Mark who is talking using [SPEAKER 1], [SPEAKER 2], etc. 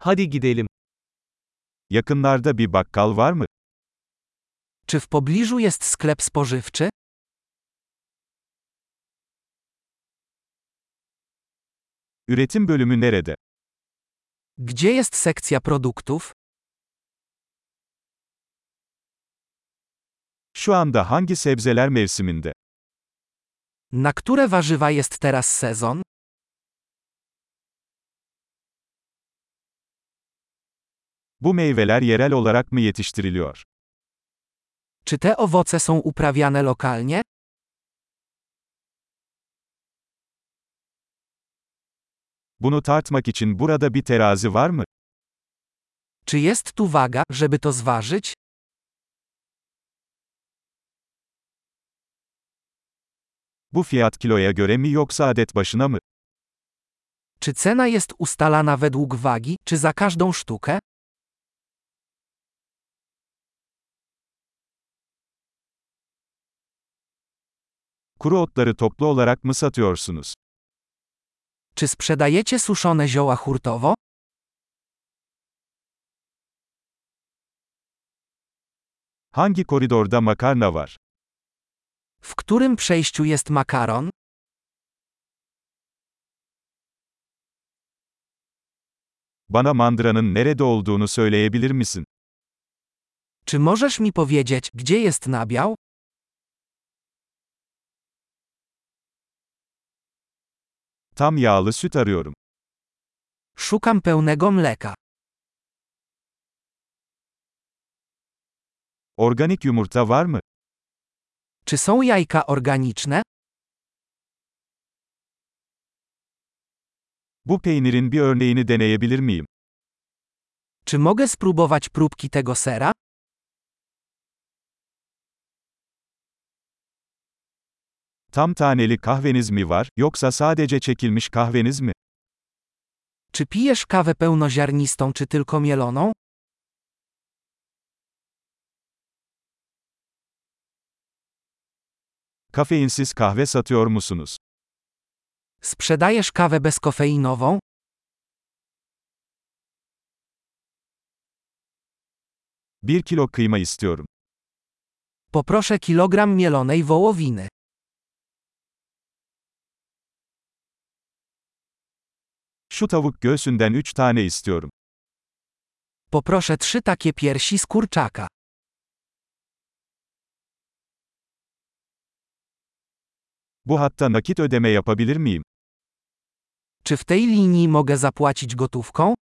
[SPEAKER 1] Hadi gidelim.
[SPEAKER 2] Yakınlarda bir bakkal var mı?
[SPEAKER 3] Czy w pobliżu jest sklep spożywczy?
[SPEAKER 2] Üretim bölümü nerede?
[SPEAKER 3] Gdzie jest sekcja produktów?
[SPEAKER 2] Şu anda hangi sebzeler mevsiminde?
[SPEAKER 3] Na które warzywa jest teraz sezon?
[SPEAKER 2] Bu meyveler yerel olarak mı yetiştiriliyor?
[SPEAKER 3] Czy te owoce są uprawiane lokalnie?
[SPEAKER 2] Bunu tartmak için burada bir terazi var mı?
[SPEAKER 3] Czy jest tu waga, żeby to zważyć?
[SPEAKER 2] Bu fiyat kiloya göre mi yoksa adet başına mı?
[SPEAKER 3] Czy cena jest ustalana według wagi, czy za każdą sztukę?
[SPEAKER 2] Kuru otları toplu olarak mı satıyorsunuz?
[SPEAKER 3] Czy sprzedajecie suszone zioła hurtowo?
[SPEAKER 2] Hangi koridorda makarna var?
[SPEAKER 3] W którym przejściu jest makaron?
[SPEAKER 2] Bana mandıranın nerede olduğunu söyleyebilir misin?
[SPEAKER 3] Czy możesz mi powiedzieć, gdzie jest nabiał?
[SPEAKER 2] Tam yağlı süt arıyorum.
[SPEAKER 3] Szukam pełnego mleka.
[SPEAKER 2] Organik yumurta var mı?
[SPEAKER 3] Czy są jajka organiczne?
[SPEAKER 2] Bu peynirin bir örneğini deneyebilir miyim?
[SPEAKER 3] Czy mogę spróbować próbki tego sera?
[SPEAKER 2] Tam taneli kahveniz mi var, yoksa sadece çekilmiş kahveniz mi?
[SPEAKER 3] Czy pijesz kawę pełnoziarnistą czy tylko mieloną?
[SPEAKER 2] Kafeinsiz kahve satıyor musunuz?
[SPEAKER 3] Sprzedajesz kawę bezkofeinową?
[SPEAKER 2] Bir kilo kıyma istiyorum.
[SPEAKER 3] Poproszę kilogram mielonej wołowiny.
[SPEAKER 2] Şu tavuk göğsünden 3 tane istiyorum.
[SPEAKER 3] Poproszę trzy takie piersi z kurczaka.
[SPEAKER 2] Bu hatta nakit ödeme yapabilir miyim?
[SPEAKER 3] Czy w tej linii mogę zapłacić gotówką?